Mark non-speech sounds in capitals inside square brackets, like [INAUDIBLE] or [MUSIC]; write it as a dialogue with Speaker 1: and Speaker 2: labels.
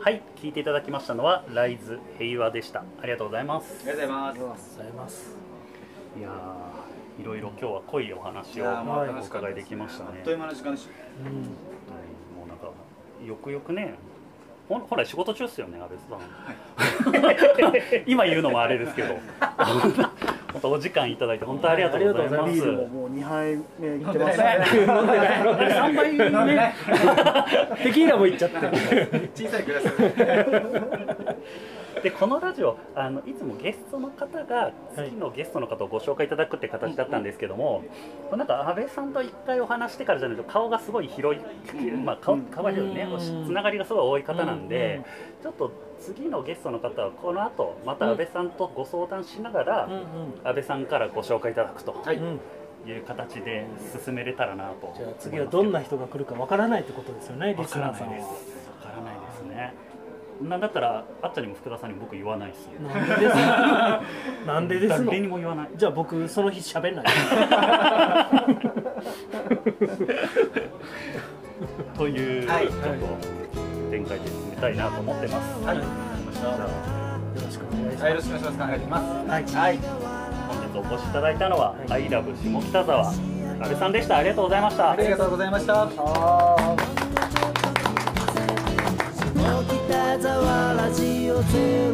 Speaker 1: はい聞いていただきましたのはライズ平和でしたありがとうございます
Speaker 2: ありがとうございま
Speaker 3: ありがとうございます
Speaker 1: いやーいろいろ今日は濃いお
Speaker 2: す
Speaker 1: 話
Speaker 2: い
Speaker 1: を
Speaker 2: やーもう楽
Speaker 1: お
Speaker 2: しかった
Speaker 1: 伺い
Speaker 2: す
Speaker 1: できました
Speaker 2: あ
Speaker 1: ね
Speaker 2: っという間の時間でし
Speaker 3: う
Speaker 1: はいもうなんかよくよくねほん本来仕事中っすよね安倍さん、 [LAUGHS] 今言うのもあれですけど [LAUGHS] 本当お時間いただいて本当ありがとうござい
Speaker 3: あ
Speaker 1: ま
Speaker 3: り
Speaker 1: す
Speaker 3: がとうございますビールももう2杯目いってます
Speaker 2: た
Speaker 3: ね
Speaker 1: 3杯
Speaker 3: [LAUGHS]
Speaker 1: 目
Speaker 3: テキーラもいっちゃって
Speaker 2: 小さいグラスで
Speaker 1: でこのラジオあのいつもゲストの方が次のゲストの方をご紹介いただくって形だったんですけども、なんか安倍さんと一回お話してからじゃないと顔がすごい広い、
Speaker 2: うん
Speaker 1: まあ、顔顔が広いね
Speaker 3: うん
Speaker 1: つながりがすごい多い方なんで、ちょっと次のゲストの方はこの後また安倍さんとご相談しながら、安倍さんからご紹介いただくと
Speaker 2: はい
Speaker 3: うん
Speaker 1: いう形で進めれたらなと
Speaker 3: じゃあ次はどんな
Speaker 1: 人
Speaker 3: 人が来るかわからないってことですよねリ
Speaker 1: わ
Speaker 3: ス
Speaker 1: から
Speaker 3: ナー
Speaker 1: な
Speaker 3: さ
Speaker 1: い
Speaker 3: ん
Speaker 1: です
Speaker 3: は
Speaker 1: わからないですねなんだったらあっちゃんにも福田さんにも僕言わないですよ
Speaker 3: なんでですのなんでですの
Speaker 1: 誰にも言わない
Speaker 3: じゃあ僕その日喋んない
Speaker 1: という、
Speaker 2: はい
Speaker 1: ちょっと展開で進めたいなと思ってます。
Speaker 2: はい
Speaker 1: じゃ
Speaker 3: よろしくお願いし
Speaker 2: はいよ
Speaker 3: ま
Speaker 2: ろしくお願いします考えてきます
Speaker 3: すはい
Speaker 2: はい
Speaker 1: あ本日お越しいただいたのは、
Speaker 3: は
Speaker 1: アイラブ下北沢安倍さんでした。ありがとうございました。
Speaker 2: ありがとうございました
Speaker 3: あー
Speaker 4: 下北沢ラジオゼロ